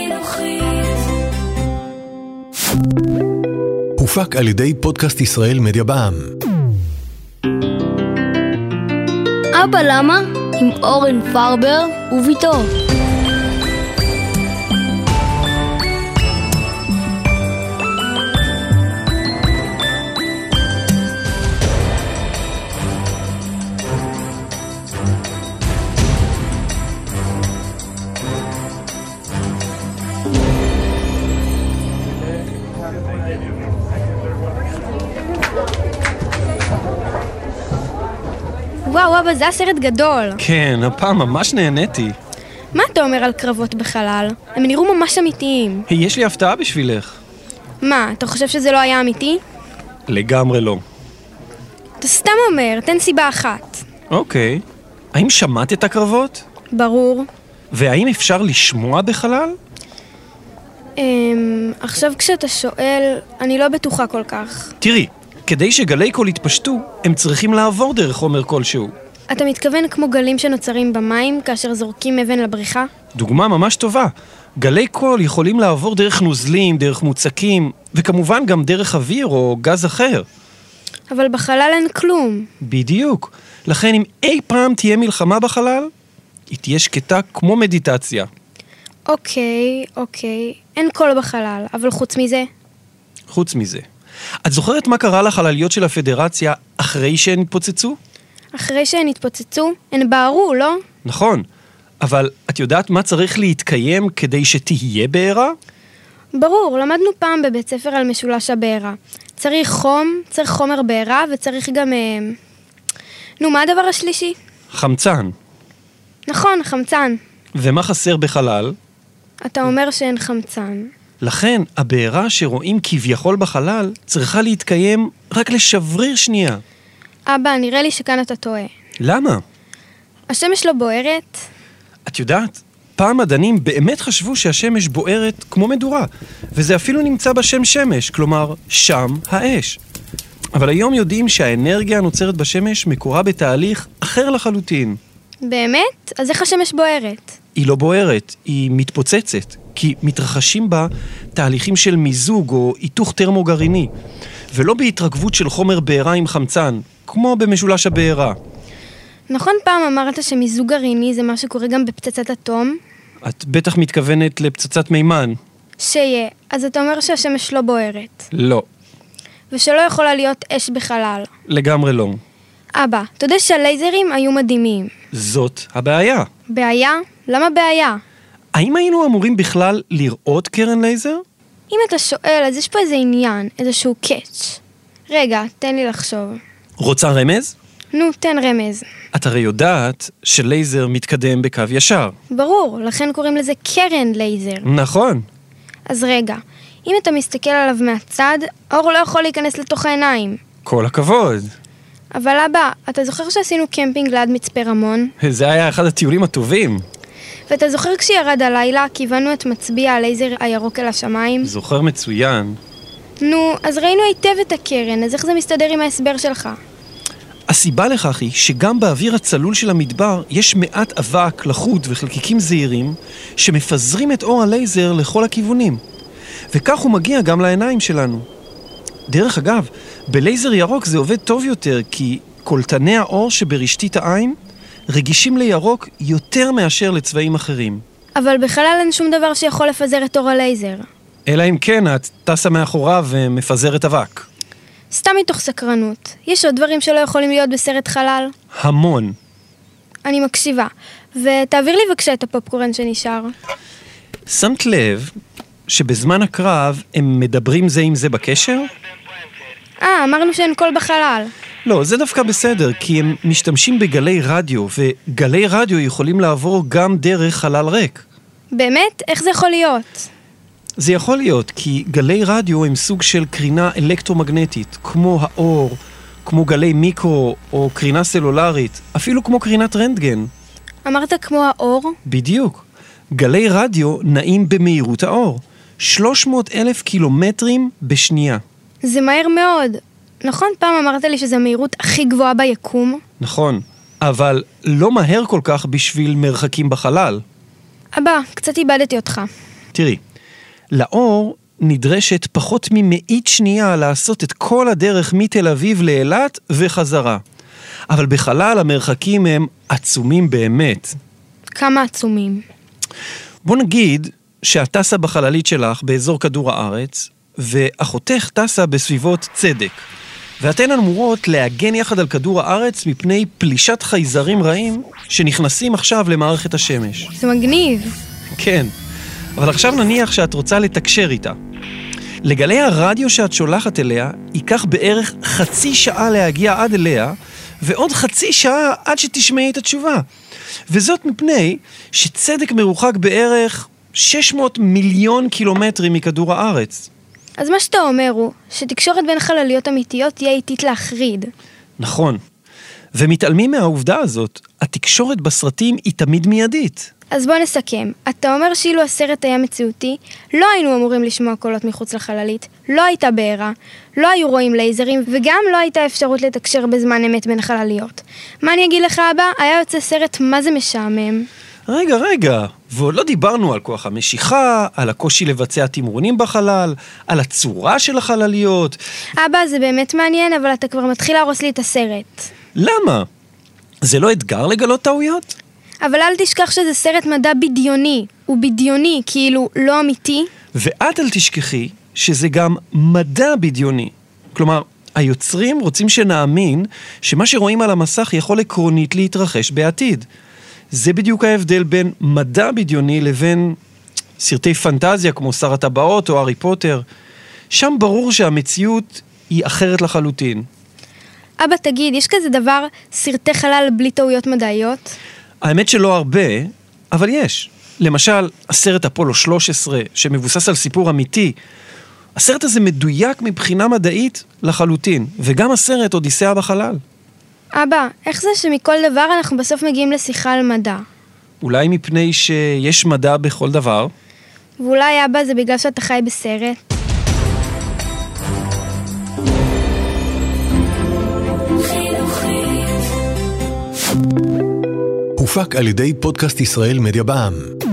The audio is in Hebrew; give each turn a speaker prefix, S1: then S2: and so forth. S1: חינוכית.
S2: הופק על ידי פודקאסט ישראל מדיה בע"מ.
S3: אבא למה? עם אורן פרבר וביתו. וואו אבא, זה היה סרט גדול.
S4: כן, הפעם ממש נהניתי.
S3: מה אתה אומר על קרבות בחלל? הם נראו ממש אמיתיים.
S4: היי, יש לי הפתעה בשבילך.
S3: מה, אתה חושב שזה לא היה אמיתי?
S4: לגמרי לא.
S3: אתה סתם אומר, תן סיבה אחת.
S4: אוקיי. האם שמעת את הקרבות?
S3: ברור.
S4: והאם אפשר לשמוע בחלל?
S3: אמ... עכשיו כשאתה שואל, אני לא בטוחה כל כך.
S4: תראי, כדי שגלי קול יתפשטו, הם צריכים לעבור דרך חומר כלשהו.
S3: אתה מתכוון כמו גלים שנוצרים במים כאשר זורקים אבן לבריכה?
S4: דוגמה ממש טובה. גלי קול יכולים לעבור דרך נוזלים, דרך מוצקים, וכמובן גם דרך אוויר או גז אחר.
S3: אבל בחלל אין כלום.
S4: בדיוק. לכן אם אי פעם תהיה מלחמה בחלל, היא תהיה שקטה כמו מדיטציה.
S3: אוקיי, אוקיי, אין קול בחלל, אבל חוץ מזה...
S4: חוץ מזה, את זוכרת מה קרה לחלליות של הפדרציה אחרי שהן התפוצצו?
S3: אחרי שהן התפוצצו, הן בערו, לא?
S4: נכון, אבל את יודעת מה צריך להתקיים כדי שתהיה בעירה?
S3: ברור, למדנו פעם בבית ספר על משולש הבעירה. צריך חום, צריך חומר בעירה וצריך גם... אה... נו, מה הדבר השלישי?
S4: חמצן.
S3: נכון, חמצן.
S4: ומה חסר בחלל?
S3: אתה אומר שאין חמצן.
S4: לכן, הבעירה שרואים כביכול בחלל צריכה להתקיים רק לשבריר שנייה.
S3: אבא, נראה לי שכאן אתה טועה.
S4: למה?
S3: השמש לא בוערת?
S4: את יודעת, פעם מדענים באמת חשבו שהשמש בוערת כמו מדורה, וזה אפילו נמצא בשם שמש, כלומר, שם האש. אבל היום יודעים שהאנרגיה הנוצרת בשמש מקורה בתהליך אחר לחלוטין.
S3: באמת? אז איך השמש בוערת?
S4: היא לא בוערת, היא מתפוצצת, כי מתרחשים בה תהליכים של מיזוג או היתוך טרמו-גרעיני, ולא בהתרכבות של חומר בעירה עם חמצן, כמו במשולש הבעירה.
S3: נכון פעם אמרת שמיזוג גרעיני זה מה שקורה גם בפצצת אטום?
S4: את בטח מתכוונת לפצצת מימן.
S3: שיהיה. אז אתה אומר שהשמש לא בוערת,
S4: לא.
S3: ושלא יכולה להיות אש בחלל.
S4: לגמרי לא.
S3: אבא, תודה שהלייזרים היו מדהימים.
S4: זאת הבעיה.
S3: בעיה? למה בעיה?
S4: האם היינו אמורים בכלל לראות קרן לייזר?
S3: אם אתה שואל, אז יש פה איזה עניין, איזשהו קאץ'. רגע, תן לי לחשוב.
S4: רוצה רמז?
S3: נו, תן רמז.
S4: את הרי יודעת שלייזר מתקדם בקו ישר.
S3: ברור, לכן קוראים לזה קרן לייזר.
S4: נכון.
S3: אז רגע, אם אתה מסתכל עליו מהצד, אור לא יכול להיכנס לתוך העיניים.
S4: כל הכבוד.
S3: אבל אבא, אתה זוכר שעשינו קמפינג ליד מצפה רמון?
S4: זה היה אחד הטיולים הטובים.
S3: ואתה זוכר כשירד הלילה, כיוונו את מצביע הלייזר הירוק אל השמיים?
S4: זוכר מצוין.
S3: נו, אז ראינו היטב את הקרן, אז איך זה מסתדר עם ההסבר שלך?
S4: הסיבה לכך היא שגם באוויר הצלול של המדבר יש מעט אבק, לחות וחלקיקים זעירים שמפזרים את אור הלייזר לכל הכיוונים. וכך הוא מגיע גם לעיניים שלנו. דרך אגב, בלייזר ירוק זה עובד טוב יותר כי קולטני האור שברשתית העין רגישים לירוק יותר מאשר לצבעים אחרים.
S3: אבל בחלל אין שום דבר שיכול לפזר את אור הלייזר.
S4: אלא אם כן את טסה מאחוריו ומפזרת אבק.
S3: סתם מתוך סקרנות. יש עוד דברים שלא יכולים להיות בסרט חלל?
S4: המון.
S3: אני מקשיבה. ותעביר לי בבקשה את הפופקורן שנשאר.
S4: שמת לב שבזמן הקרב הם מדברים זה עם זה בקשר?
S3: אה, אמרנו שאין קול בחלל.
S4: לא, זה דווקא בסדר, כי הם משתמשים בגלי רדיו, וגלי רדיו יכולים לעבור גם דרך חלל ריק.
S3: באמת? איך זה יכול להיות?
S4: זה יכול להיות, כי גלי רדיו הם סוג של קרינה אלקטרומגנטית, כמו האור, כמו גלי מיקרו, או קרינה סלולרית, אפילו כמו קרינת רנטגן.
S3: אמרת כמו האור?
S4: בדיוק. גלי רדיו נעים במהירות האור, 300 אלף קילומטרים בשנייה.
S3: זה מהר מאוד. נכון פעם אמרת לי שזו המהירות הכי גבוהה ביקום?
S4: נכון, אבל לא מהר כל כך בשביל מרחקים בחלל.
S3: אבא, קצת איבדתי אותך.
S4: תראי, לאור נדרשת פחות ממאית שנייה לעשות את כל הדרך מתל אביב לאילת וחזרה. אבל בחלל המרחקים הם עצומים באמת.
S3: כמה עצומים.
S4: בוא נגיד שאת טסה בחללית שלך באזור כדור הארץ, ואחותך טסה בסביבות צדק. ואתן אמורות להגן יחד על כדור הארץ מפני פלישת חייזרים רעים שנכנסים עכשיו למערכת השמש.
S3: זה מגניב.
S4: כן, אבל עכשיו נניח שאת רוצה לתקשר איתה. לגלי הרדיו שאת שולחת אליה, ייקח בערך חצי שעה להגיע עד אליה, ועוד חצי שעה עד שתשמעי את התשובה. וזאת מפני שצדק מרוחק בערך 600 מיליון קילומטרים מכדור הארץ.
S3: אז מה שאתה אומר הוא שתקשורת בין חלליות אמיתיות תהיה איטית להחריד.
S4: נכון. ומתעלמים מהעובדה הזאת, התקשורת בסרטים היא תמיד מיידית.
S3: אז בוא נסכם. אתה אומר שאילו הסרט היה מציאותי, לא היינו אמורים לשמוע קולות מחוץ לחללית, לא הייתה בעירה, לא היו רואים לייזרים, וגם לא הייתה אפשרות לתקשר בזמן אמת בין חלליות. מה אני אגיד לך, אבא? היה יוצא סרט מה זה משעמם.
S4: רגע, רגע, ועוד לא דיברנו על כוח המשיכה, על הקושי לבצע תמרונים בחלל, על הצורה של החלליות.
S3: אבא, זה באמת מעניין, אבל אתה כבר מתחיל להרוס לי את הסרט.
S4: למה? זה לא אתגר לגלות טעויות?
S3: אבל אל תשכח שזה סרט מדע בדיוני. הוא בדיוני, כאילו, לא אמיתי.
S4: ואת אל תשכחי שזה גם מדע בדיוני. כלומר, היוצרים רוצים שנאמין שמה שרואים על המסך יכול עקרונית להתרחש בעתיד. זה בדיוק ההבדל בין מדע בדיוני לבין סרטי פנטזיה כמו שר הטבעות או הארי פוטר. שם ברור שהמציאות היא אחרת לחלוטין.
S3: אבא, תגיד, יש כזה דבר סרטי חלל בלי טעויות מדעיות?
S4: האמת שלא הרבה, אבל יש. למשל, הסרט אפולו 13, שמבוסס על סיפור אמיתי. הסרט הזה מדויק מבחינה מדעית לחלוטין, וגם הסרט אודיסאה בחלל.
S3: אבא, איך זה שמכל דבר אנחנו בסוף מגיעים לשיחה על מדע?
S4: אולי מפני שיש מדע בכל דבר?
S3: ואולי אבא זה בגלל שאתה חי בסרט?
S2: הופק על ידי פודקאסט ישראל מדיה בע"מ.